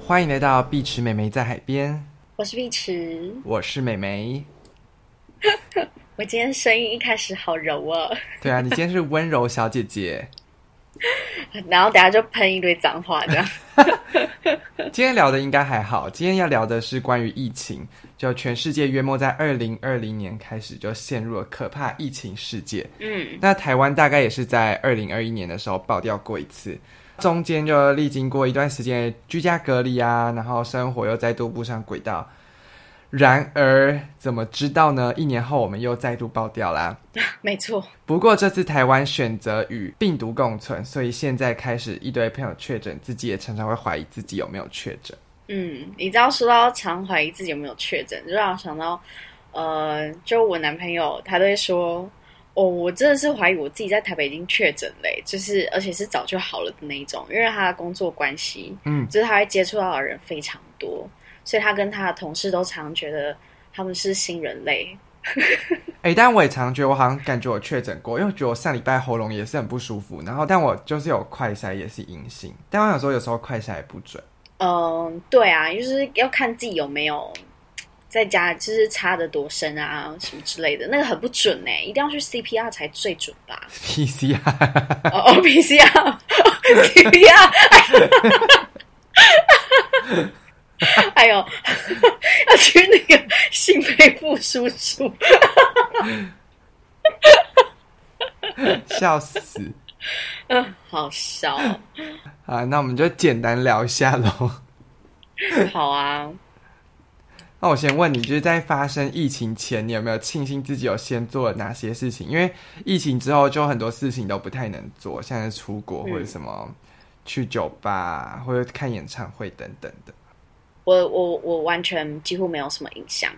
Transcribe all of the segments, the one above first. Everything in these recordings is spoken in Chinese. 欢迎来到碧池美眉在海边，我是碧池，我是美眉。我今天声音一开始好柔哦， 对啊，你今天是温柔小姐姐。然后等下就喷一堆脏话，这样。今天聊的应该还好，今天要聊的是关于疫情，就全世界约莫在二零二零年开始就陷入了可怕疫情世界。 嗯，那台湾大概也是在二零二一年的时候爆掉过一次，中间就历经过一段时间的居家隔离啊，然后生活又再度步上轨道。然而，怎么知道呢？一年后我们又再度爆掉啦。没错，不过这次台湾选择与病毒共存，所以现在开始一堆朋友确诊，自己也常常会怀疑自己有没有确诊。嗯，你知道说到常怀疑自己有没有确诊，就让我想到，呃，就我男朋友他都会说，哦，我真的是怀疑我自己在台北已经确诊嘞，就是而且是早就好了的那一种，因为他的工作关系，嗯，就是他会接触到的人非常多，所以他跟他的同事都常觉得他们是新人类，诶，但我也常觉得我好像感觉我确诊过，因为我觉得我上礼拜喉咙也是很不舒服，然后但我就是有快筛也是阴性，但我想说有时候快筛也不准。嗯，对啊，就是要看自己有没有在家，就是插的多深啊，什么之类的，那个很不准哎、一定要去 CPR 才最准吧？ PCR，哦哦，PCR，CPR，哎呦， 要去那个性肺部叔叔， 笑死！嗯，好笑，啊，那我们就简单聊一下喽。好啊， 那我先问你，就是在发生疫情前，你有没有庆幸自己有先做了哪些事情？因为疫情之后，就很多事情都不太能做，像是出国或者什么、去酒吧或者看演唱会等等的。我我我完全几乎没有什么影响。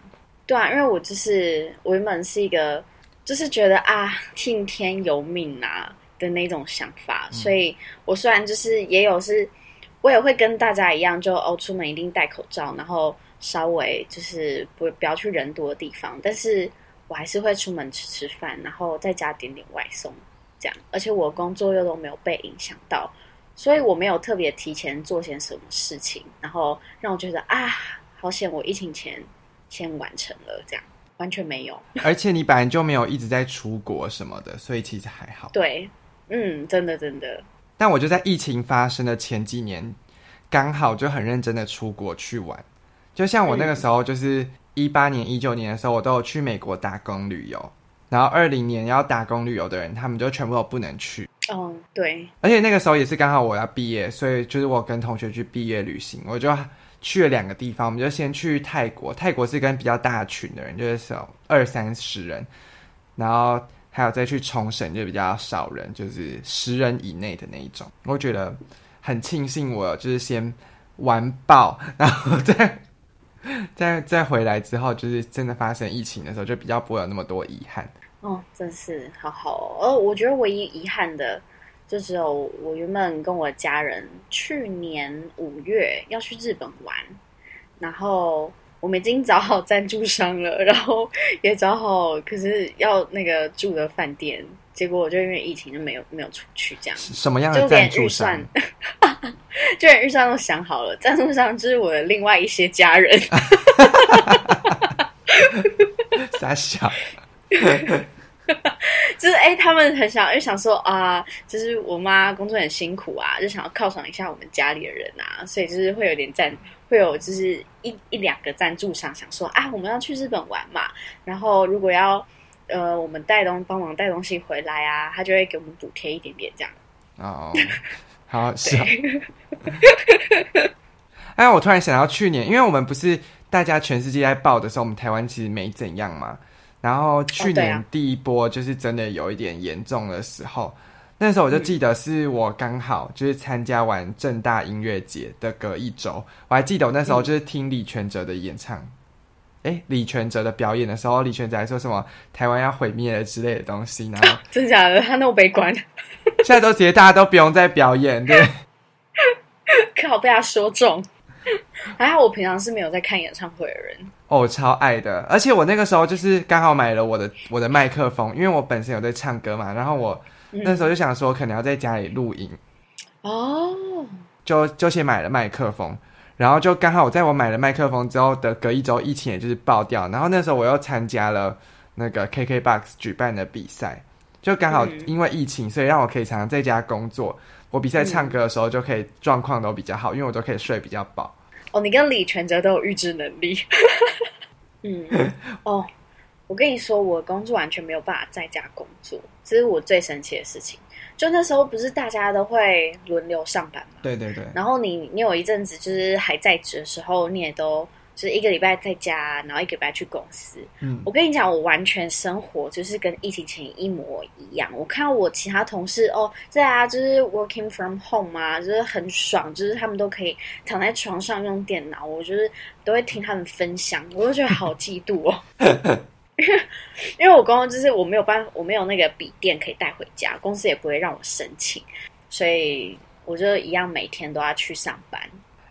对啊，因为我就是我原本是一个就是觉得啊听天由命啊的那种想法，所以我虽然就是也有是，我也会跟大家一样，就哦出门一定戴口罩，然后稍微就是不不要去人多的地方，但是我还是会出门吃吃饭，然后在家点点外送这样，而且我工作又都没有被影响到，所以我没有特别提前做些什么事情，然后让我觉得啊，好险我疫情前先完成了，这样完全没有。而且你本来就没有一直在出国什么的，所以其实还好。对，嗯，真的真的，但我就在疫情发生的前几年，刚好就很认真的出国去玩。就像我那个时候，就是一八年、一九年的时候，我都有去美国打工旅游。然后二零年要打工旅游的人，他们就全部都不能去。嗯，对，而且那个时候也是刚好我要毕业，所以就是我跟同学去毕业旅行，我就去了两个地方，我们就先去泰国，泰国是跟比较大群的人，就是少二三十人，然后还有再去冲绳就比较少人，就是十人以内的那一种。我觉得很庆幸我就是先玩爆，然后再 再再回来之后，就是真的发生疫情的时候，就比较不会有那么多遗憾。哦，真是好好哦。呃，我觉得唯一遗憾的，就只有我原本跟我家人去年五月要去日本玩，然后我们已经找好赞助商了，然后也找好，可是要那个住的饭店，结果我就因为疫情就没有没有出去这样。什么样就连的赞预助商算？， 就连预算都想好了。赞助商就是我的另外一些家人，傻笑。就是哎、他们很想就想说啊、就是我妈工作很辛苦啊，就想要犒赏一下我们家里的人啊，所以就是会有点赞，会有就是一一两个赞助商想说啊，我们要去日本玩嘛，然后如果要呃我们带东帮忙带东西回来啊，他就会给我们补贴一点点这样。 哦，好好笑。哎，我突然想到去年，因为我们不是大家全世界在报的时候，我们台湾其实没怎样嘛。然后去哦对啊年第一波就是真的有一点严重的时候，那时候我就记得是我刚好就是参加完正大音乐节的隔一周，我还记得我那时候就是听李全哲的演唱，哎、嗯李全哲的表演的时候，李全哲还说什么台湾要毁灭了之类的东西，然后 真假的？他那么悲观， 现在都直接大家都不用再表演，对。靠，被他说中。 还好我平常是没有在看演唱会的人。哦，我超爱的，而且我那个时候就是刚好买了我的我的麦克风，因为我本身有在唱歌嘛，然后我那时候就想说可能要在家里录音，哦，就就先买了麦克风，然后就刚好我在我买了麦克风之后的隔一周，疫情也就是爆掉。然后那时候我又参加了那个 KKBOX 举办的比赛，就刚好嗯因为疫情，所以让我可以常常在家工作。我比赛唱歌的时候就可以状况都比较好，因为我都可以睡比较饱。哦，你跟李全哲都有预知能力。嗯，哦，我跟你说，我工作完全没有办法在家工作，这是我最神奇的事情。就那时候不是大家都会轮流上班嘛，对对对，然后你你有一阵子就是还在职的时候，你也都就是一个礼拜在家，然后一个礼拜去公司。嗯我跟你讲，我完全生活就是跟疫情前一模一样。我看到我其他同事哦，在啊，就是 working from home 啊，就是很爽，就是他们都可以躺在床上用电脑，我就是都会听他们分享，我就觉得好嫉妒哦。因为因为我公公就是我没有办法，我没有那个笔电可以带回家，公司也不会让我申请，所以我就一样每天都要去上班。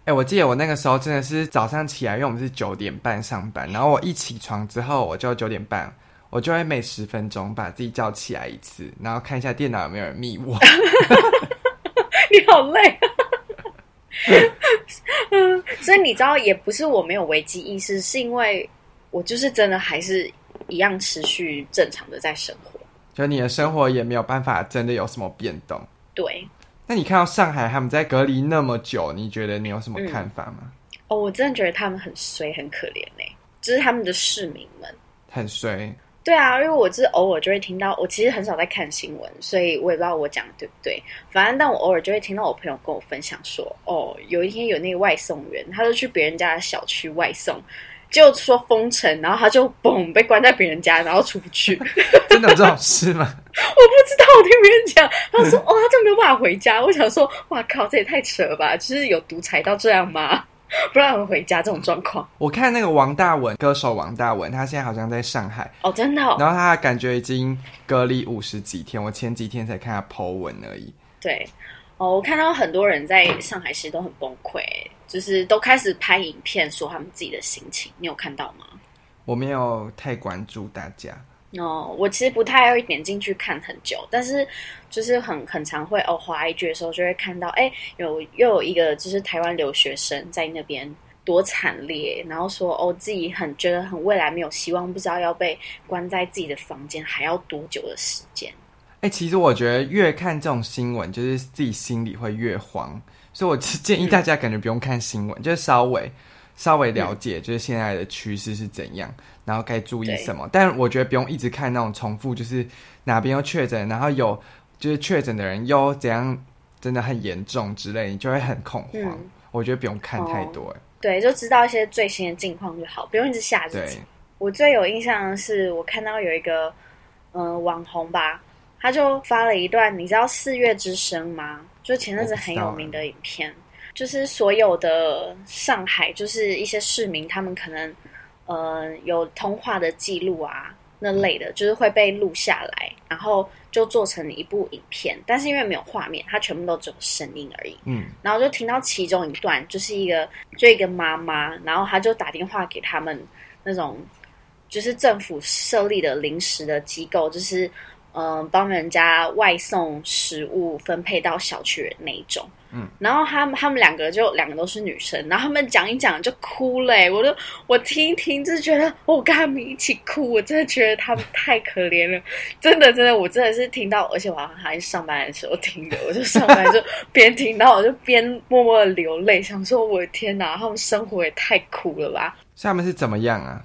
哎、我记得我那个时候真的是早上起来，因为我们是九点半上班，然后我一起床之后，我就九点半，我就会每十分钟把自己叫起来一次，然后看一下电脑有没有人密我。 你 好累。啊嗯，所以你知道，也不是我没有危机意识，是因为我就是真的还是一样持续正常的在生活。就你的生活也没有办法真的有什么变动。对，那你看到上海他们在隔离那么久，你觉得你有什么看法吗？哦，我真的觉得他们很衰，很可怜呢、就是他们的市民们。很衰，对啊，因为我就是偶尔就会听到，我其实很少在看新闻，所以我也不知道我讲的对不对。反正，但我偶尔就会听到我朋友跟我分享说，哦，有一天有那个外送员，他就去别人家的小区外送，就说封城，然后他就嘣被关在别人家，然后出不去。 真的有这种事吗？我 不知道，我听别人讲，他说哦，他就没有办法回家。我想说，哇靠，这也太扯了吧！就是有独裁到这样吗？ 不让人回家这种状况我看那个王大文，歌手王大文，他现在好像在上海，哦，真的哦，然后他感觉已经隔离五十几天，我前几天才看他 Po 文而已。对哦，我看到很多人在上海市都很崩溃，就是都开始拍影片说他们自己的心情，你有看到吗？我没有太关注大家，哦，我其实不太会点进去看很久，但是就是很很常会哦，滑 IG 的时候就会看到，哎，有又有一个就是台湾留学生在那边多惨烈，然后说哦自己很觉得很未来没有希望，不知道要被关在自己的房间还要多久的时间。哎、其实我觉得越看这种新闻，就是自己心里会越慌，所以我建议大家感觉不用看新嗯闻，就是稍微稍微了解，就是现在的趋势是怎样，然后该注意对什么。但我觉得不用一直看那种重复，就是哪边又确诊，然后有就是确诊的人又怎样，真的很严重之类，你就会很恐慌。嗯我觉得不用看太哦多、哎对，就知道一些最新的近况就好，不用一直吓自己对。，我最有印象的是，我看到有一个嗯、呃网红吧，他就发了一段，你知道《四月之声》吗？就前阵子很有名的影片，就是所有的上海，就是一些市民，他们可能呃有通话的记录啊那类的，就是会被录下来，然后就做成一部影片，但是因为没有画面，它全部都只有声音而已。嗯，然后就听到其中一段，就是一个就一个妈妈，然后她就打电话给他们那种就是政府设立的临时的机构，就是嗯、呃帮人家外送食物分配到小区的那一种。嗯，然后他们他们两个就两个都是女生，然后他们讲一讲就哭了、欸，我就我听一听就觉得哦我跟他们一起哭，我真的觉得他们太可怜了，真的真的，我真的是听到，而且我好像还是上班的时候听的，我就上班就边听到我就边默默的流泪，想说我的天哪，他们生活也太苦了吧。所以他们是怎么样啊？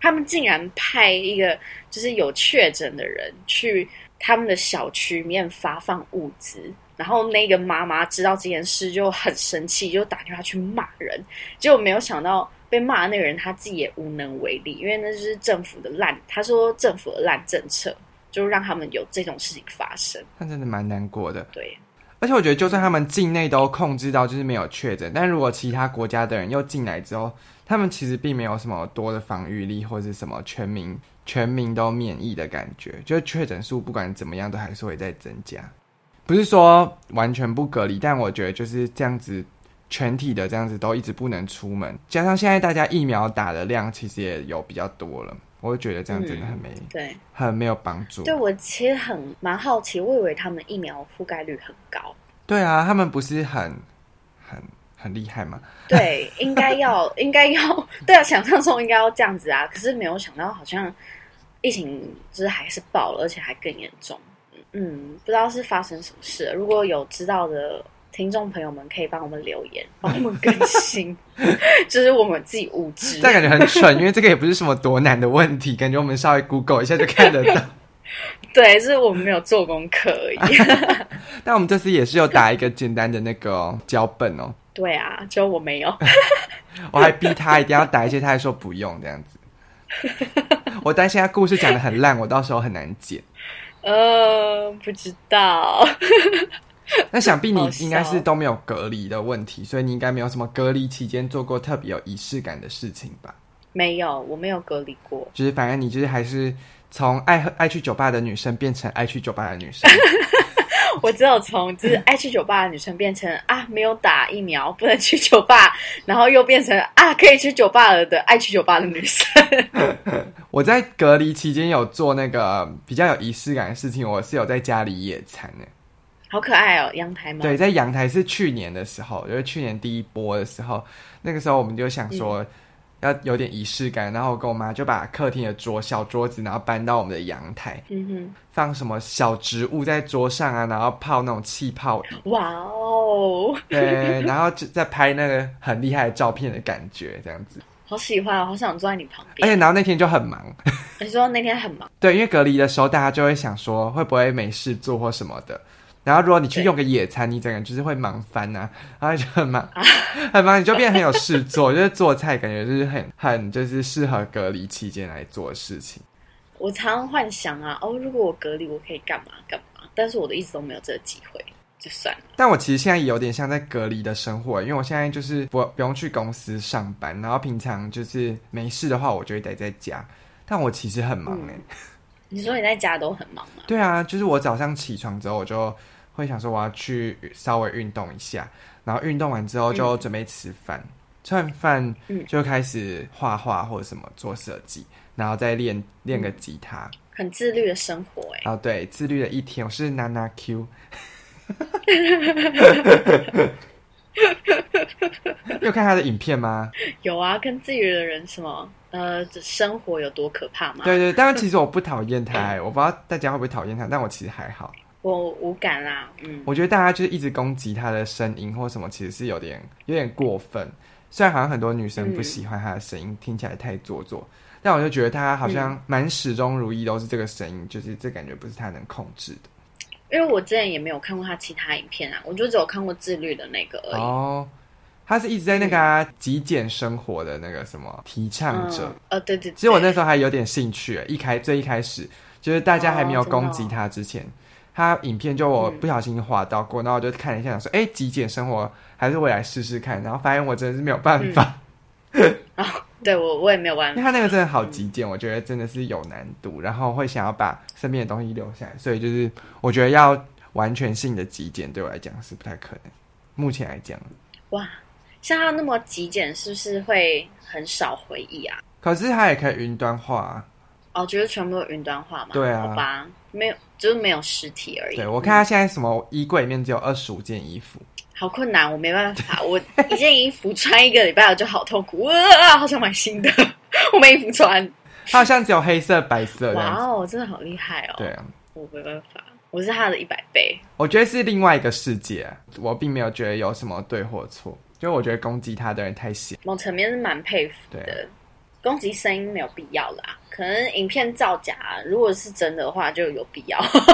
他们竟然派一个就是有确诊的人去他们的小区里面发放物资，然后那个妈妈知道这件事就很生气，就打电话去骂人，结果没有想到被骂的那个人他自己也无能为力，因为那就是政府的烂，他说政府的烂政策，就让他们有这种事情发生。那真的蛮难过的。对，而且我觉得，就算他们境内都控制到就是没有确诊，但如果其他国家的人又进来之后，他们其实并没有什么多的防御力，或是什么全民全民都免疫的感觉，就是确诊数不管怎么样都还是会再增加。不是说完全不隔离，但我觉得就是这样子，全体的这样子都一直不能出门，加上现在大家疫苗打的量其实也有比较多了，我就觉得这样真的很没、对，很没有帮助。对我其实很蛮好奇，我以为他们疫苗覆盖率很高。对啊，他们不是很很很厉害嘛。对，应该要，应该要，对啊，想象中应该要这样子啊，可是没有想到，好像疫情就是还是爆了，而且还更严重。嗯，不知道是发生什么事了。如果有知道的听众朋友们，可以帮我们留言，帮我们更新，就是我们自己无 知。但感觉很蠢，因为这个也不是什么多难的问题，感觉我们稍微 Google 一下就看得到。对，是我们没有做功课而已。 但我们这次也是有打一个简单的那个哦脚本哦，对啊，就我没有。我还逼他一定要打一些，他还说不用这样子。我担心他故事讲的很烂，我到时候很难剪。呃，不知道。那想必你好笑应该是都没有隔离的问题，所以你应该没有什么隔离期间做过特别有仪式感的事情吧？没有，我没有隔离过。就是反正你就是还是从爱喝爱去酒吧的女生变成爱去酒吧的女生， 我只有从就是爱去酒吧的女生变成啊没有打疫苗不能去酒吧， 然后又变成啊可以去酒吧了的爱去酒吧的女 生。我在隔离期间有做那个比较有仪式感的事情，我是有在家里野餐的。好可爱哦，阳台吗？对，在阳台是去年的时候，就是去年第一波的时候，那个时候我们就想说要有点仪式感，然后我跟我妈就把客厅的桌小桌子，然后搬到我们的阳台，嗯放什么小植物在桌上啊，然后泡那种气泡饮，哼，哇哦，对，然后就在拍那个很厉害的照片的感觉，这样子。好喜欢哦，好想坐在你旁而边。且，然后那天就很忙，你说那天很忙，对，因为隔离的时候，大家就会想说会不会没事做或什么的。然后如果你去对用个野餐，你整个就是会忙翻呐、然后就很忙，很忙，你就变得很有事做， 就是做菜感觉就是很很就是适合隔离期间来做的事情。我常常幻想啊，哦，如果我隔离，我可以干嘛干嘛，但是我的一直都没有这个机会，就算了。但我其实现在也有点像在隔离的生活，因为我现在就是不不用去公司上班，然后平常就是没事的话，我就会待在家。但我其实很忙哎、你说你在家都很忙吗？对啊，就是我早上起床之后，我就会想说我要去稍微运动一下，然后运动完之后就准备吃饭，吃完饭嗯就开始画画或者什么做设计，然后再练练个吉他。很自律的生活哎、啊，对，自律的一天，我是娜娜 Q。你有看他的影片吗？有啊，跟自律的人什么呃生活有多可怕吗？对对，当然其实我不讨厌他、欸，我不知道大家会不会讨厌他，但我其实还好。我无感啦，嗯，我觉得大家就是一直攻击他的声音或什么，其实是有点有点过分。虽然好像很多女生不喜欢他的声音，听起来太做作，但我就觉得他好像蛮始终如一都是这个声音，就是这感觉不是他能控制的。因为我之前也没有看过他其他影片啊，我就只有看过自律的那个而已。哦，他是一直在那个、啊、极简生活的那个什么提倡者。嗯，呃，对对对，其实我那时候还有点兴趣欸，一开最一开始就是大家还没有哦真的哦攻击他之前，他影片就我不小心滑到过，然后我就看了一下，想嗯说，哎、极简生活还是我也来试试看，然后发现我真的是没有办法，嗯对我我也没有玩 因为，他那个真的好极简，我觉得真的是有难嗯度，然后会想要把身边的东西留下来，所以就是我觉得要完全性的极简对我来讲是不太可能，目前来讲。哇，像他那么极简，是不是会很少回忆啊？可是他也可以云端化、啊，哦，就是全部都云端化嘛？对啊好吧，没有，就是没有实体而已。嗯对我看他现在什么衣柜里面只有二十五件衣服，好困难，我没办法， 我一件衣服穿一个礼拜我就好痛苦，哇，好想买新的， 我没衣服穿。他好像只有黑色、白色这样哇子。哦，真的好厉害哦！对啊，我没办法，我是他的一百倍。我觉得是另外一个世界啊，我并没有觉得有什么对或错，就我觉得攻击他的人太闲。某层面是蛮佩服对的。攻击声音没有必要啦，可能影片造假，如果是真的话就有必要。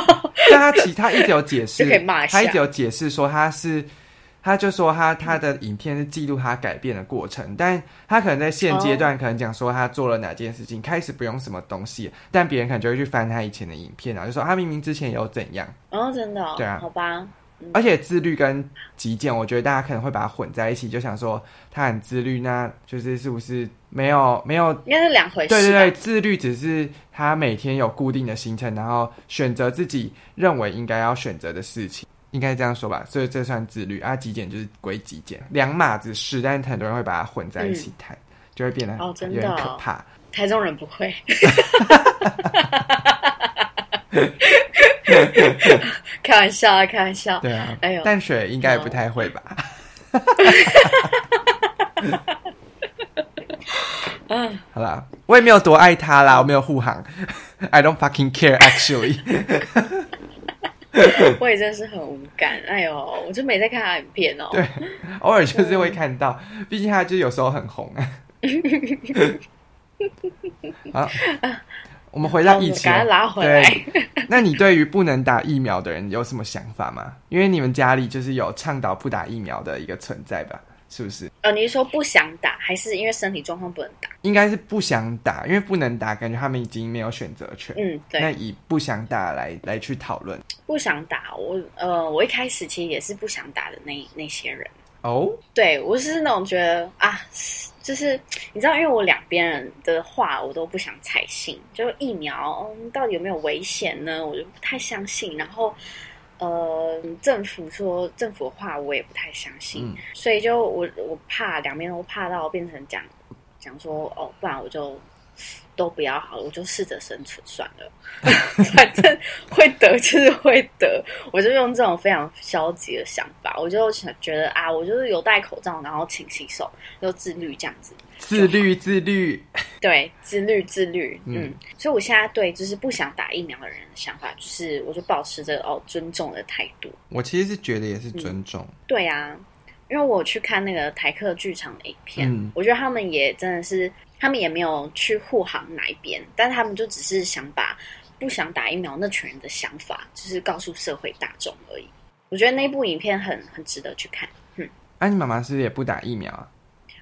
但他其实他一直有解释就可以骂，一下他一直有解释说他是，他就说他他的影片是记录他改变的过程，但他可能在现阶哦段可能讲说他做了哪件事情，开始不用什么东西，但别人可能就会去翻他以前的影片啊，就说他明明之前有怎样，哦，真的、哦，对啊好吧，而且自律跟极简，我觉得大家可能会把它混在一起，就想说他很自律，那就是是不是没有没有应该是两回事吧。啊对对对，自律只是他每天有固定的行程，然后选择自己认为应该要选择的事情，应该这样说吧。所以这算自律啊，极简就是归极简，两码子事，但是很多人会把它混在一起谈，就会变得哦真有的点哦可怕。台中人不 会。开玩笑啊，开玩笑。对啊，哎呦啊哎淡水应该也不太会吧？嗯，好啦，我也没有多爱他啦，我没有护航 ，I don't fucking care actually 我也真是很无感。哎呦，我就没在看他影片哦。对，偶尔就是会看到，毕竟他就有时候很红啊。 好，我们回到疫情好哦我们赶快拉，回来对，那你对于不能打疫苗的人有什么想法吗？因为你们家里就是有倡导不打疫苗的一个存在吧？是不是？呃，你是说不想打，还是因为身体状况不能打？应该是不想打，因为不能打，感觉他们已经没有选择权。嗯，那对，以不想打来来去讨论不想打。我呃，我一开始其实也是不想打的那那些人。哦，对我是那种觉得啊，就是你知道，因为我两边人的话我都不想采信，就是疫苗、嗯、到底有没有危险呢？我就不太相信。然后，呃，政府说政府的话我也不太相信，嗯所以就我我怕两边都怕到变成讲讲说哦，不然我就。都不要好了，我就试着生存算了， 反正会得就是会得，我就用这种非常消极的想法，我就想觉得啊，我就是有戴口罩，然后勤洗手，又自律这样子，自律自律，对，自律自律，嗯嗯，所以我现在对就是不想打疫苗的人的想法，就是我就保持着哦尊重的态度，我其实是觉得也是尊重，对啊，因为我去看那个台客剧场的影片，嗯我觉得他们也真的是，他们也没有去护航哪一边，但他们就只是想把不想打疫苗那群人的想法，就是告诉社会大众而已。我觉得那部影片很很值得去看。啊，你妈妈是不是也不打疫苗啊？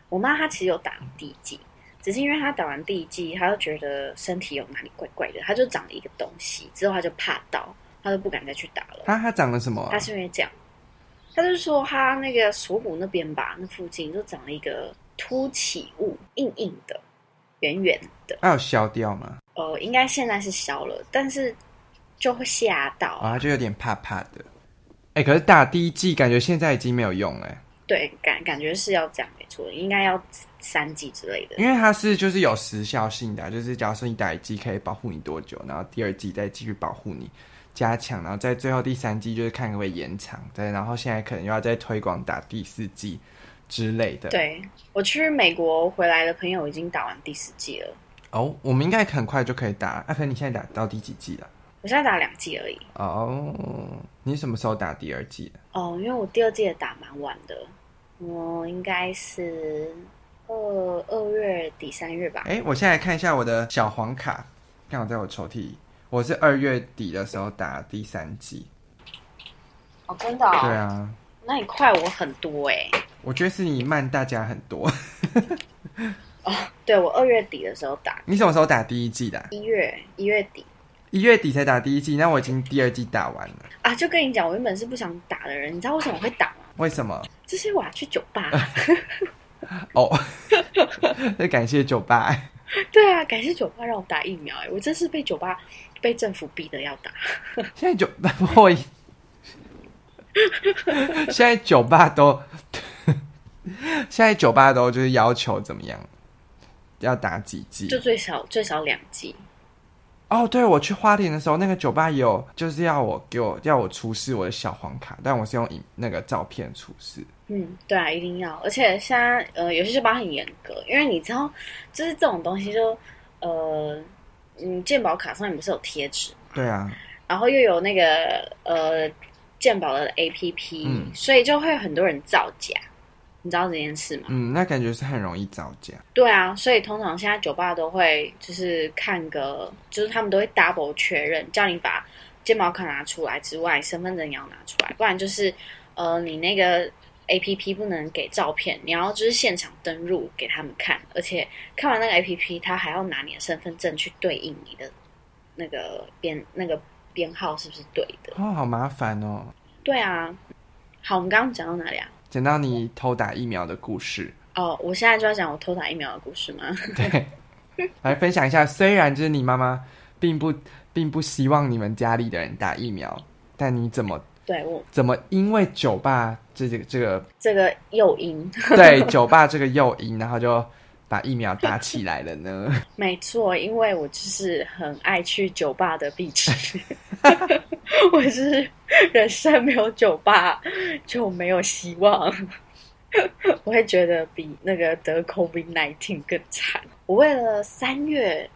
我妈她其实有打第一剂，只是因为她打完第一剂，她就觉得身体有哪里怪怪的，她就长了一个东西，之后她就怕到，她就不敢再去打了。她她长了什么啊、他是因为这样，他就说他那个锁骨那边吧，那附近就长了一个凸起物，硬硬的，圆圆的。她有消掉吗？呃，应该现在是消了，但是就会吓到。啊、她就有点怕怕的。哎、可是打第一剂感觉现在已经没有用了、欸对，感感觉是要这样，没错，应该要三剂之类的。因为它是就是有时效性的啊、就是假如说你打一剂可以保护你多久，然后第二剂再继续保护你，加强，然后在最后第三剂就是看可不可以延长，对，然后现在可能又要再推广打第四剂之类的。对我去美国回来的朋友已经打完第四剂了，哦，我们应该很快就可以打。啊，可能你现在打到第几季了？我现在打两剂而已。哦，你什么时候打第二季的？哦，因为我第二季也打蛮晚的，我应该是二二月底三月吧。哎、我现在看一下我的小黄卡，刚好在我抽屉里。我是二月底的时候打第三季。哦，真的、哦？对啊，那你快我很多哎、我觉得是你慢大家很多。 对我二月底的时候打，你什么时候打第一季的啊、一月一月底一月底才打第一季，那我已经第二季打完了。啊，就跟你讲，我原本是不想打的人，你知道为什么我会打吗？为什么？就是因为我要去酒吧。 哦，那感谢酒吧。对啊，感谢酒吧让我打疫苗、欸，我真是被酒吧被政府逼的要打。现在酒吧不会，现在酒吧都，现在酒吧都就是要求怎么样，要打几剂？就最少最少两剂。哦，对，我去花莲的时候，那个酒吧也有就是要我给我要我出示我的小黄卡，但我是用影那个照片出示。嗯，对啊，一定要。而且现在呃，有些酒吧很严格，因为你知道，就是这种东西就呃，嗯，健保卡上面不是有贴纸对啊，然后又有那个呃鉴宝的 APP，、嗯所以就会有很多人造假，你知道这件事吗？嗯，那感觉是很容易造假。对啊，所以通常现在酒吧都会就是看个，就是他们都会 double 确认，叫你把健保卡拿出来之外，身份证也要拿出来，不然就是呃你那个 APP 不能给照片，你要就是现场登录给他们看，而且看完那个 APP，他还要拿你的身份证去对应你的那个编那个编号是不是对的。哦，好麻烦哦。对啊，好，我们刚刚讲到哪里啊？讲到你偷打疫苗的故事，哦，我现在就要讲我偷打疫苗的故事吗？ 对，来分享一下。虽然就是你妈妈并不并不希望你们家里的人打疫苗，但你怎么对我怎么因为酒吧这这个这个这个诱因，对酒吧这个诱因，然后就把疫苗打起来了呢？没错，因为我就是很爱去酒吧的壁纸，我就是人生没有酒吧就没有希望。 我会觉得比那个得 COVID nineteen 更惨。我为了三月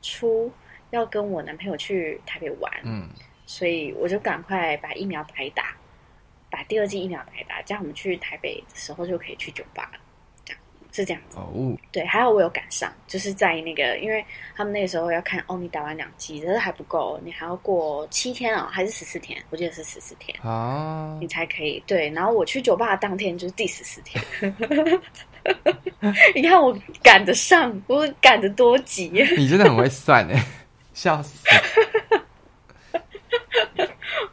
初要跟我男朋友去台北玩，嗯，所以我就赶快把疫苗打一打，把第二剂疫苗打一打，这样我们去台北的时候就可以去酒吧了。这样是这样子。哦，对，还好我有赶上，就是在那个，因为他们那个时候要看哦，你打完两剂，但是还不够，你还要过七天哦，还是十四天？我记得是十四天。啊你，才可以对。然后我去酒吧的当天就是第十四天， 你看我赶得上，我赶得多急，你真的很会算哎，笑死！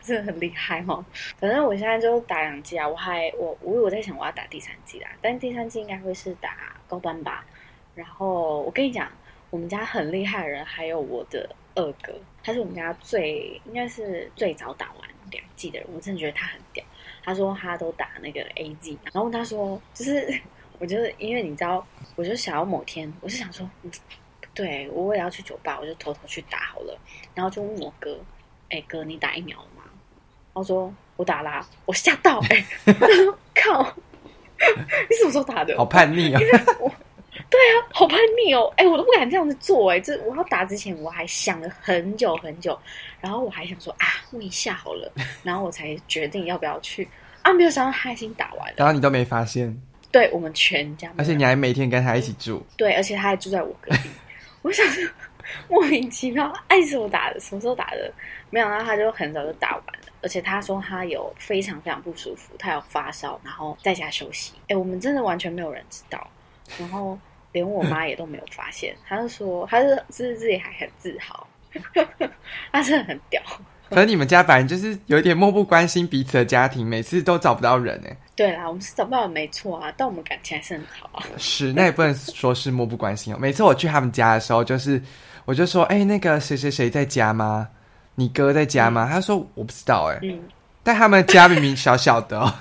真的很厉害哦。反正我现在就打两剂啊，我还我我我在想我要打第三剂啦，但第三剂应该会是打高端吧。然后我跟你讲，我们家很厉害的人，还有我的二哥，他是我们家最应该是最早打完两剂的人，我真的觉得他很屌。他说他都打那个 A G，然后他说就是 我就是因为你知道，我就想要某天，我是想说，嗯，不对我也要去酒吧，我就偷偷去打好了，然后就问我哥，哎、哥你打疫苗了吗？他说我打啦、我吓到哎、 靠， 你什么时候打的？好叛逆哦，好叛逆哦！哎、我都不敢这样子做哎、这我要打之前我还想了很久很久，然后我还想说啊问一下好 了，然后我才决定要不要去啊，没有想到他已经打完 了，然后你都没发现，对我们全家，而且你还每天跟他一起住，对，而且他还住在我隔壁， 我想说莫名其妙爱什么打的，什么时候打的，没想到他就很早就打完了。而且他说他有非常非常不舒服，他有发烧，然后在家休息。哎，我们真的完全没有人知道，然后连我妈也都没有发现。他就说，他是自自己还很自豪， 他真的很屌。可是你们家反正就是有点漠不关心彼此的家庭，每次都找不到人哎。对啦，我们是找不到人没错啊，但我们感情还是很好啊。是，那也不能说是漠不关心哦。每次我去他们家的时候，就是我就说，哎、那个谁谁谁在家吗？你哥在家吗？他说我不知道、哎、嗯，但他们家明明小小的、哦，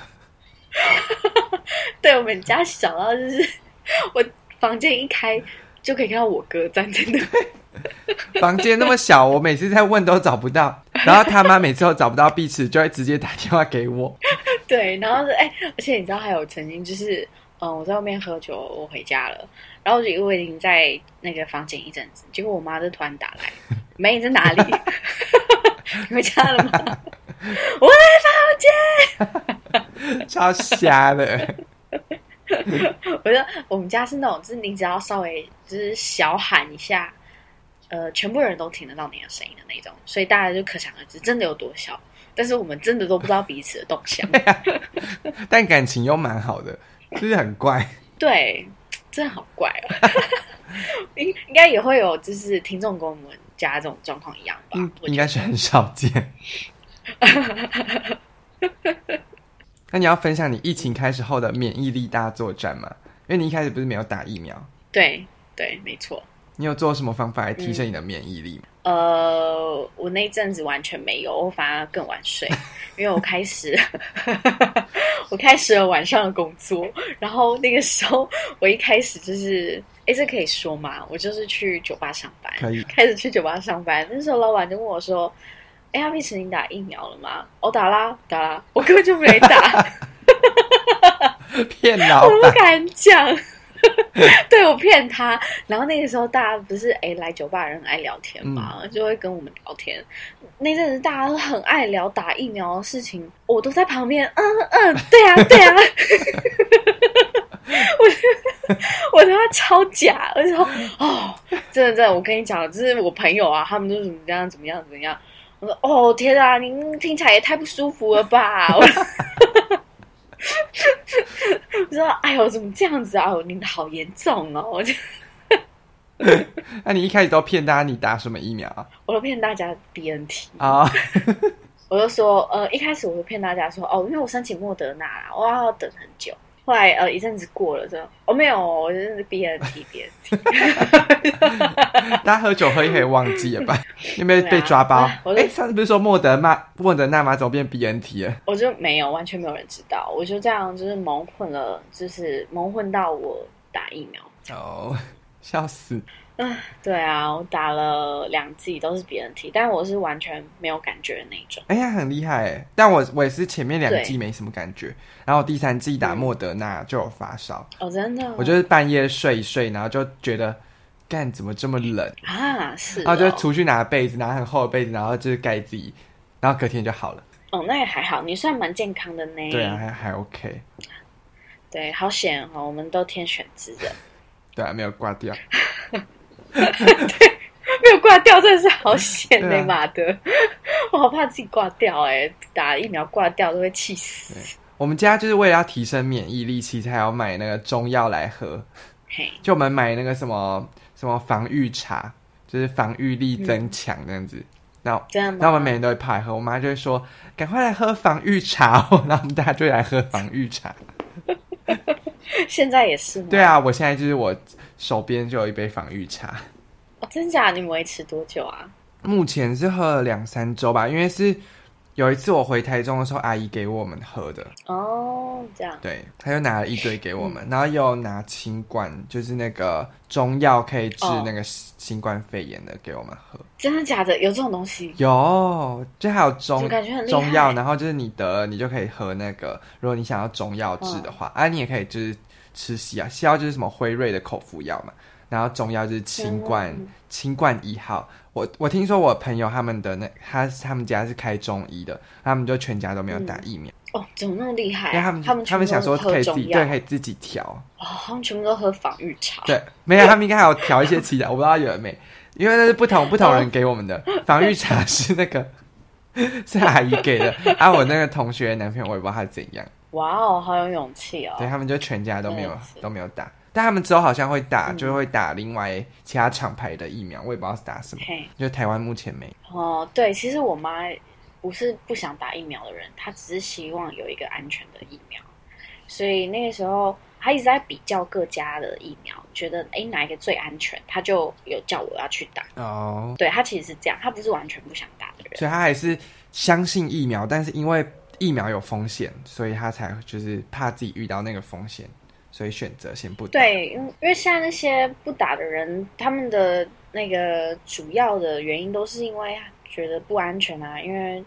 对我们家小到就是， 我房间一开就可以看到我哥站在那。房间那么小，我每次在问都找不到，然后他妈每次都找不到壁纸，就会直接打电话给我。对，然后是哎、而且你知道还有曾经就是，嗯，我在外面喝酒，我回家了，然后我就我已经在那个房间一阵子，结果我妈就突然打来，没你在哪里？ 你回家了吗？ 我在超瞎的，欸房间，我就我们家是那种，就是你只要稍微就是小喊一下，呃，全部人都听得到你的声音的那种，所以大家就可想而知真的有多小。但是我们真的都不知道彼此的动向，但感情又蛮好的，就是很怪。对，真的好怪哦。 应应该也会有，就是听众跟我们家这种状况一样吧？应我嗯应觉得该是很少 见。那你要分享你疫情开始后的免疫力大作战吗？因为你一开始不是没有打疫苗，对对，没错。你有做什么方法来提升你的免疫力吗？呃，我那一阵子完全没有，我反而更晚 睡，因为我开始， 我开始了晚上的工作，然后那个时候我一开始就是，哎，这可以说吗？我就是去酒吧上班，可以开始去酒吧上班，那时候老板就问我说：“哎，阿碧池，你打疫苗了吗？”我、打啦，打啦，我根本就没打。嗯 骗老我不板，敢讲， 对我骗他。然后那个时候大家不是哎、来酒吧的人很爱聊天嘛，就会跟我们聊天。那阵子大家都很爱聊打疫苗的事情，我都在旁边，嗯嗯，对啊对啊， 我我他妈超假，我就说哦，真的真的，我跟你讲，就是我朋友啊，他们都怎么样怎么样怎么样。我说哦天啊，您听起来也太不舒服了吧！ 我我说：“哎呦，怎么这样子啊？哦你好严重哦！” 我就那你一开始都骗大家你打什么疫苗啊？我都骗大家 BNT，啊我就说，呃，一开始我就骗大家说，哦，因为我申请莫德纳啦，我要等很久。后来呃一阵子过了，之后哦没有，我就是 BNT BNT，大家喝酒喝一喝也忘记了吧？有没有被抓包？对啊我哎、上次不是说莫德纳莫德纳吗？怎么变 BNT 了？我就没有，完全没有人知道，我就这样就是蒙混了，就是蒙混到我打疫苗。哦，笑死！对啊，我打了两季都是别人踢，但我是完全没有感觉的那一种。哎、呀，很厉害哎！但我我也是前面两对嗯季没什么感觉，然后第三季打莫德纳就有发烧，哦，真的哦，我就是半夜睡一睡，然后就觉得干怎么这么冷，啊是然后就哦出去拿被子，拿很厚的被子，然后就是盖自己，然后隔天就好了。哦，那也还好，你算蛮健康的呢。对啊，还还 OK，对，好险哦，我们都天选之人，对啊，没有挂掉。没有挂掉，真的是 好险对呢，啊妈的！ 我好怕自己挂掉哎、打疫苗挂掉都会气死。我们家就是为了要提升免疫力，其实还要买那个中药来喝，嘿，就我们买那个什么什么防御茶，就是防御力增强这样子。然后这样吗？那我们每人都会派喝，我妈就会说：“赶快来喝防御茶哦！” 然后我们大家就会来喝防御茶。现在也是吗？对啊，我现在就是我手边就有一杯防御茶，哦，真假？你们维持多久啊？目前是喝了两三周吧，因为是有一次我回台中的时候，阿姨给我们喝的，哦，这样对，她就拿了一堆给我嗯们，然后又拿清冠，就是那个中药可以治哦那个新冠肺炎的给我们喝。真的假的？有这种东西？有，就还有怎中么感觉很厉害中药，然后就是你得了，你就可以喝那个。如果你想要中药治的嗯话，啊，你也可以就是吃西药，西药就是什么辉瑞的口服药嘛，然后中药就是清冠，嗯清冠一号。我我听说我朋友他们的那他他们家是开中医的，他们就全家都没有打疫苗，哦，怎么那么厉害、啊？因为他们他们他们想全部说都是可喝以自中己药对可以自己调，哦，他们全部都喝防御茶。 对，没有他们应该还有调一些其他，我不知道有没，因为那是不同不同人给我们的防御茶是那个 是阿姨给的，啊，我那个同学男朋友我也不知道他怎样，哇哦，好有勇气哦！对他们就全家都没有对是都没有打，但他们之后好像会打，就会打另外其他厂牌的疫苗，我也不知道是打什么，嘿，就台湾目前没，哦，对，其实我妈不是不想打疫苗的人，她只是希望有一个安全的疫苗，所以那个时候她一直在比较各家的疫苗，觉得诶哪一个最安全，她就有叫我要去打。哦，对她其实是这样，她不是完全不想打的人。所以他还是相信疫苗，但是因为疫苗有风险，所以他才就是怕自己遇到那个风险，所以选择先不打。对，因为因为现在那些不打的人，他们的那个主要的原因都是因为觉得不安全啊，因为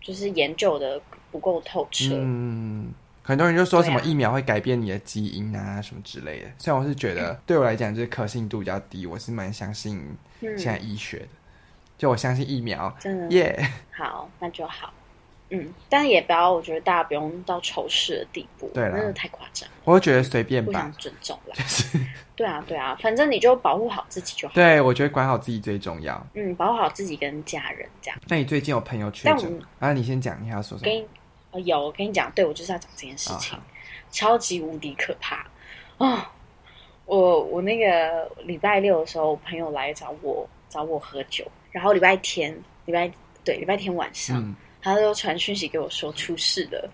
就是研究的不够透彻。嗯，很多人就说什么对啊疫苗会改变你的基因啊，什么之类的。虽然我是觉得对我来讲就是可信度比较低，我是蛮相信嗯，现在医学的，就我相信疫苗，真的耶、好，那就好。嗯，但也不要，我觉得大家不用到仇视的地步，对啦真的太夸张，我就觉得随便不想吧。尊重啦。就是对啊，对啊，反正你就保护好自己就好。 对，我觉得管好自己最重要。嗯，保护好自己跟家人这样。那你最近有朋友确但我诊吗？啊，你先讲，你还要说什跟么？你、呃有，我跟你讲，对我就是要讲这件事哦情，好超级无敌可怕啊、我我那个礼拜六的时候，我朋友来找我找我喝酒，然后礼拜天，礼拜对礼拜天晚上， 嗯，他就传讯息给我说出事了，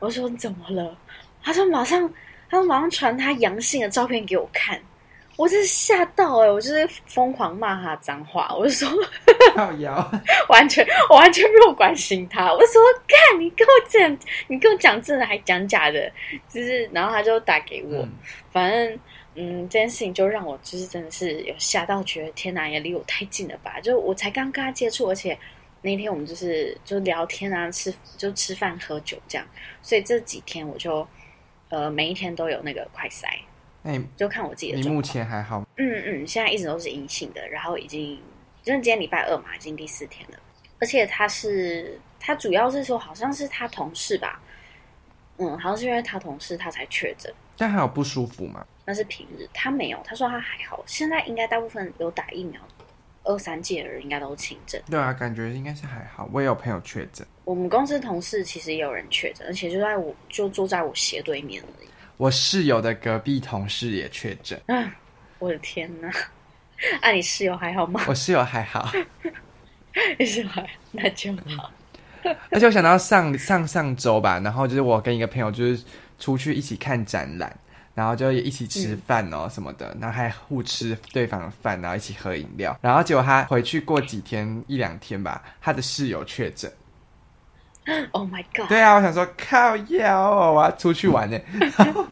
我说你怎么了？他说马上，他说马上传他阳性的照片给我看，我真是吓到哎、我就是疯狂骂他脏话，我就说靠腰，完全我完全没有关心他，我就说看你跟我讲，你跟我讲真的还讲假的，就是然后他就打给我，嗯反正嗯，这件事情就让我就是真的是有吓到，觉得天哪，也离我太近了吧！就我才刚跟他接触，而且那天我们就是就聊天啊，吃就吃饭喝酒这样，所以这几天我就呃每一天都有那个快筛，那你就看我自己的你状目况。前还好吗？嗯嗯，现在一直都是阴性的，然后已经就是今天礼拜二嘛，已经第四天了。而且他是他主要是说好像是他同事吧，嗯，好像是因为他同事他才确诊。但还有不舒服吗？那是平日，他没有，他说他还好。现在应该大部分有打疫苗，二三届的人应该都是轻症。对啊，感觉应该是还好。我也有朋友确诊，我们公司同事其实也有人确诊，而且就在我就坐在我斜对面而已。我室友的隔壁同事也确 诊，我的天呐！ 啊，你室友还好吗？ 我室友还好。你室友还好那就好。而且我想到上上上周吧，然后就是我跟一个朋友就是出去一起看展览，然后就一起吃饭哦什么的，然后还互吃对方的饭，然后一起喝饮料，然后结果他回去过几天一两天吧，他的室友确诊， Oh my god！对啊，我想说靠呀哦，我要出去玩呢。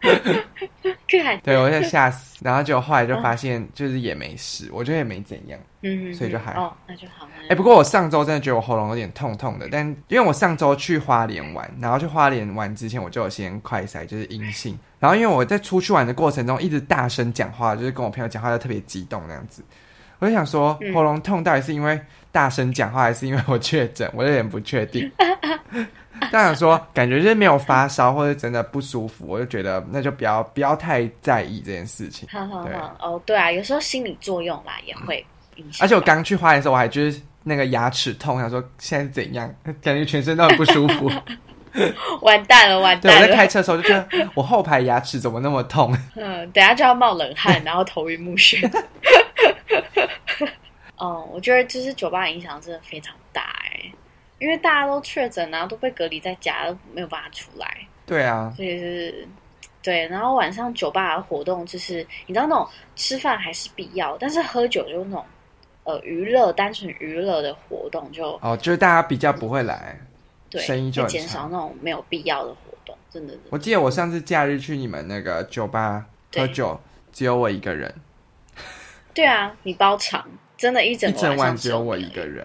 看，对，我就吓死。然后结果后来就发现，就是也没事，我觉得也没怎样。嗯，所以就还好哦，那就好了。哎、不过我上周真的觉得我喉咙有点痛痛的，但因为我上周去花莲玩，然后去花莲玩之前我就有先快筛，就是阴性。然后因为我在出去玩的过程中一直大声讲话，就是跟我朋友讲话就特别激动那样子。我就想说，喉咙痛到底是因为大声讲话，还是因为我确诊？我有点不确定。但想说，感觉就是没有发烧或者真的不舒服，我就觉得那就不要不要太在意这件事情。好好对嗯好，哦，对啊，有时候心理作用啦也会影响。而且我刚去花莲的时候，我还就是那个牙齿痛，想说现在是怎样，感觉全身都很不舒 服。 完蛋了，完对，我蛋在了，开车的时候就觉得我后排牙齿怎么那么痛？嗯，等下就要冒冷汗，然后头晕目眩。 嗯，我觉得就是酒吧影响真的非常大哎、因为大家都确诊啊，都被隔离在家，都没有办法出来，对啊，所以就是对。然后晚上酒吧的活动就是，你知道那种吃饭还是必要，但是喝酒就是那种呃娱乐，单纯娱乐的活动就哦，就是大家比较不会来。对，生意就会很减差少那种没有必要的活动，真的。我记得我上次假日去你们那个酒吧喝对酒，只有我一个人，对啊，你包场，真的，一整一个整晚上只有我一个，人，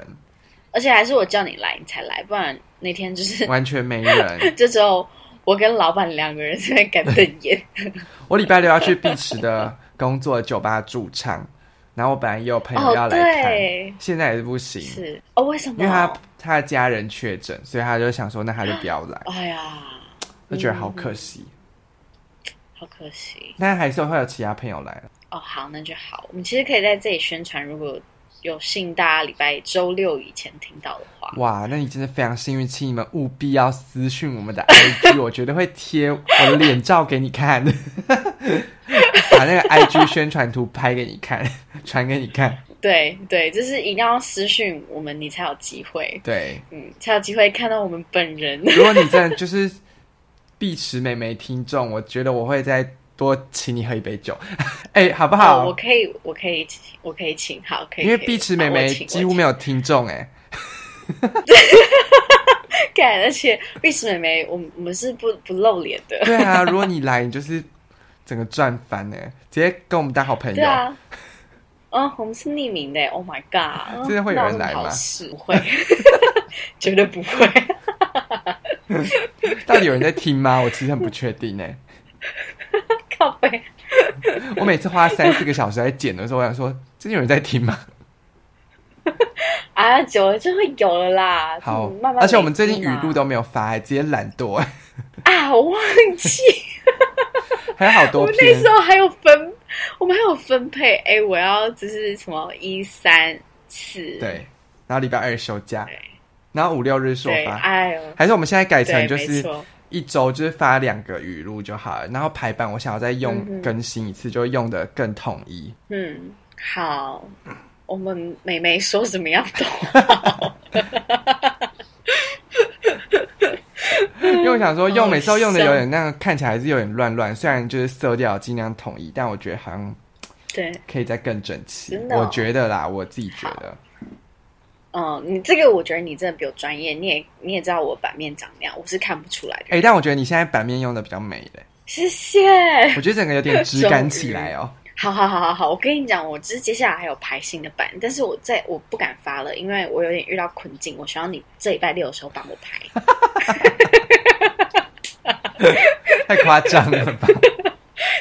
而且还是我叫你来你才来，不然那天就是 完全没人。就只有我跟老板两个人在那干瞪眼。我礼拜六要去碧池的工作酒吧驻唱，然后我本来也有 朋友哦，要来看，对，现在也是不行，是哦，为什么？因为他他的家人确诊，所以他就想说，那他就不要来，哎呀，就觉得好可惜。好可惜但还是会有其他朋友来了。哦。好，那就好。我们其实可以在这里宣传，如果有幸大家礼拜周六以前听到的话，哇，那你真的非常幸运，请你们务必要私讯我们的 IG，我绝对会贴我的脸照给你看， 把那个 IG 宣传图拍给你看， 传给你看。对对，就是一定要私讯我们，你才有机会，对，嗯，才有机会看到我们本人。如果你真的就是碧池美眉听众，我觉得我会再多请你喝一杯酒， 哎、好不哦，好？我可以，我可以，我可以请，好，可以。因为可以碧池美眉几乎没好有听众哎、我请我请干，而且碧池妹妹，我们我们是不不露脸的，对啊，如果你来，你就是整个赚翻呢，直接跟我们当好朋对友。啊。嗯，我们是匿名的，Oh my god！真的会有人来吗那我们好事不会， 绝对不会。到底有人在听吗？ 我其实很不确定呢。靠背，我每次花三四个小时来剪的时候，我想说，真的有人在听吗？嗯啊，久了就会有了啦。好嗯慢，慢。而且我们最近语录都没有发，还直接懒惰， 啊，我忘 记，还有好我多们那篇时。候还有分，我们还有分配。哎，我要就是什么一三四，对，然后礼拜二休假对，然后五六日是我对，发，哎呦，还是我们现在改成对，就没是错。一周就是发两个语录就好了，然后排版我想要再嗯用哼更新一次，就用的更统一。嗯，好，我们美眉说什么样都因为我想说用，嗯每次都用的好有笑点那样，看起来还是有点乱乱。虽然就是色调尽量统一，但我觉得好像对，可以再更整齐。真的哦我觉得啦，我自己觉得。嗯，你这个我觉得你真的比我专业，你也你也知道我版面长那样，我是看不出来的。哎、但我觉得你现在版面用的比较美嘞，谢谢，我觉得整个有点质感起来哦。好好好好好，我跟你讲，我只是接下来还有排新的版，但是我在我不敢发了，因为我有点遇到困境，我希望你这礼拜六的时候帮我 排。太夸张了 吧？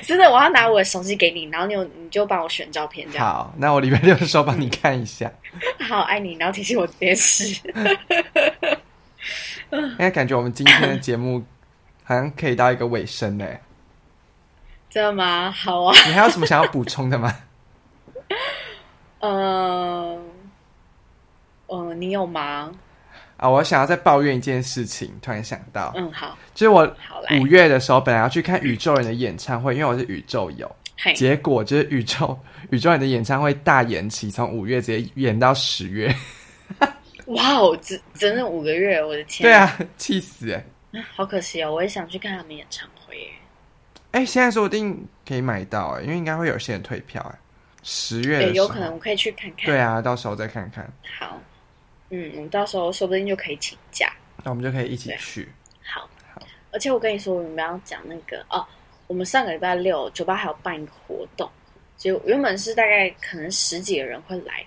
真的，我要拿我的手机给你，然后你有你就帮我选照片，这样好，那我礼拜六的时候帮你看一下。好爱你，然后提醒我这件事。因为哎感觉我们今天的节目好像可以到一个尾声嘞。真的吗？好啊。 你还有什么想要补充的吗？ 嗯，嗯，你有吗？啊，我想要再抱怨一件事情，突然想到，嗯，好，就是我好来五月的时候本来要去看宇宙人的演唱会，因为我是宇宙友。嘿，结果就是宇宙 宇宙人的演唱会大延期，从五月直接延到十月。哇哦，整整整五个月，我的天！对，啊，气死哎、好可惜哦，我也想去看他们演唱会耶。哎、现在说不定可以买到哎、因为应该会有些人退票哎、十月的对，时候有可能我可以啊去看看。对，啊，到时候再看看。好，嗯，我们到时候说不定就可以请假。那我们就可以一起去。好，好而且我跟你说，我们要讲那个哦，我们上个礼拜六酒吧还有办一个活动，就原本是大概可能十几个人会来，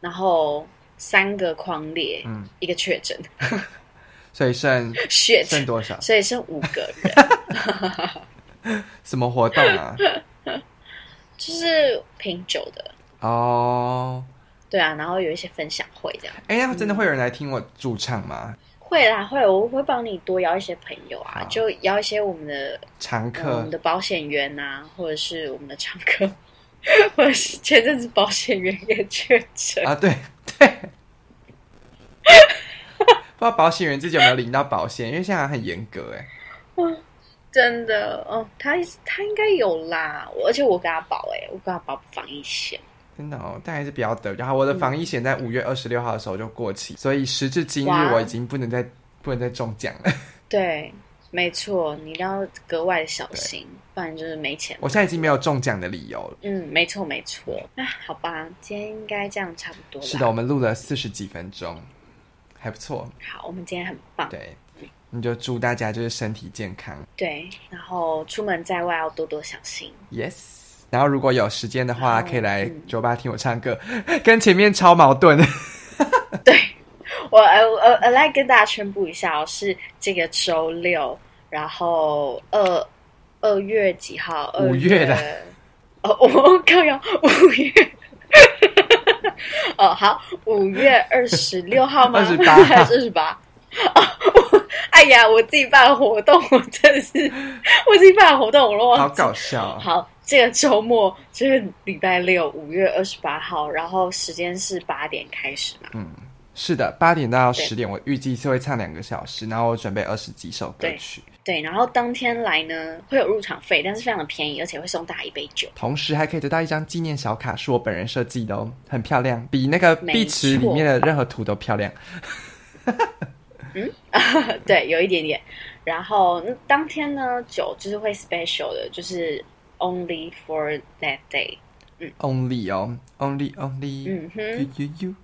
然后三个框列，嗯，一个确诊 所以剩，shit，剩多少？所以剩五个人，什么活动 啊？就是品酒的，哦，对啊，然后有一些分享会这样，哎，那真的会有人来听我驻唱吗？会啦会，我会帮你多邀一些朋友啊好，就邀一些我们的常呃我客们的保险员啊，或者是我们的常客， 或者是前阵子保险员也确诊，啊，对 对。 不知道保险员自己有没有领到保险，因为现在很严格哎。真的，嗯，他他应该有啦，我而且我给他保、欸，我给他保防疫险，真的哦，但还是比较得。然后我的嗯防疫险在五月二十六号的时候就过期，所以时至今日哇我已经不能再不能再中奖了。 对，没错，你一定要格外小心，不然就是没钱。我现在已经没有中奖的理由了。嗯，没错没错，啊，好吧，今天应该这样差不多了。是的，我，们录了四十几分钟，还不错。好，我们今天很棒，对，你就祝大家就是身体健康对，然后出门在外要多多小心。 ，yes。然后如果有时间的话，好可以来嗯酒吧听我唱歌， 跟前面超矛盾。我呃呃呃，来跟大家宣布一下哦，是这个周六，然后二二月几号？二五月的哦，我刚要五月。 哦，好，五月二十六号吗？28还是二十八？哦我哎呀，我自己办活动，我真的是我自己办活动，我都 好忘记搞笑。哦好，这个周末就是礼拜六，五月二十八号，然后时间是八点开始嘛？是的，八点到十点，我预计是会唱两个小时，然后我准备二十几首歌对曲，对，然后当天来呢会有入场费，但是非常的便宜，而且会送大家一杯酒。同时还可以得到一张纪念小卡，是我本人设计的哦，很漂亮，比那个没碧池里错面的任何图都漂亮。 对，有一点点。然后嗯当天呢酒就是会 special 的，就是 only for that day。 Only 哦，Only Only，嗯哼， you you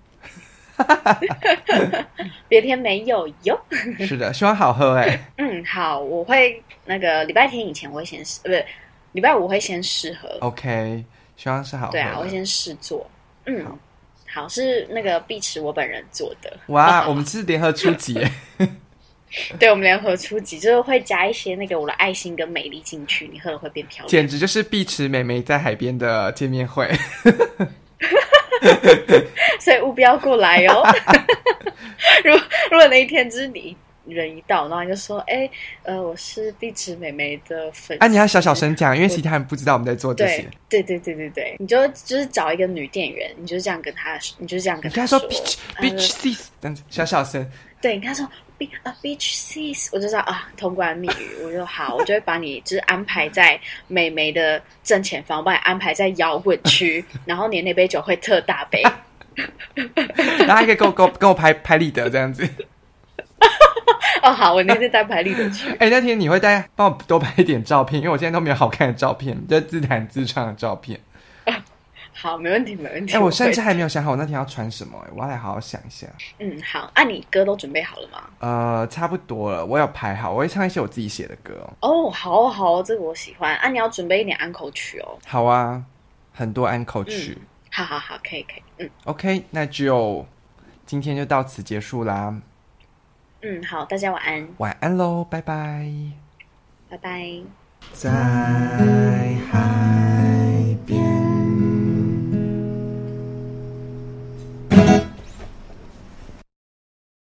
别天没有哟。 you，是的，希望好喝 哎。嗯，好，我会那个礼拜天以前我会先试，呃不是礼拜五会先试喝。哦 OK，希望是好喝对啊，我会的。先试做。嗯，好是那个碧池我本人做的。 哇，我们是联合出击耶，对，我们联合初级就是会加一些那个我的爱心跟美丽进去，你喝了会变漂亮。简直就是碧池美眉在海边的见面会。 所以务必要过来 哟、哦。如如果那一天就是你人一到，然后你就说：“哎、呃，我是碧池美眉的粉丝。”啊，你要小小声讲，因为其他人不知道我们在做这对些。对对对对对，你就就是找一个女店员，你就这样跟她，你就这样你跟跟她他说说 beach 呃 beach sis，这样子小小声。对，你跟她说 “beach 啊 beach sis”，我就知道啊，通关密语，我就好，我就会把你就是安排在美眉的正前方，我把你安排在摇滚 区，然后你那杯酒会特大杯。然后还可以跟我跟我跟我拍拍立得这样子。哦，好，我那天在排立得去。哎、那天你会带帮我多拍一点照片，因为我现在都没有好看的照片，就自弹自唱的照片。好，没问题，没问题。哎、我甚会至还没有想好我那天要穿什么、哎，我要来好好想一下。嗯，好，啊，你歌都准备好了吗？呃，差不多了，我有排好，我会唱一些我自己写的歌哦。哦，好哦好哦，这个我喜欢。啊，你要准备一点安口曲哦。好啊，很多安口曲。好好好，可以可以，嗯 OK，那就今天就到此结束啦，嗯，好，大家晚安，晚安喽，拜拜。拜拜。在海。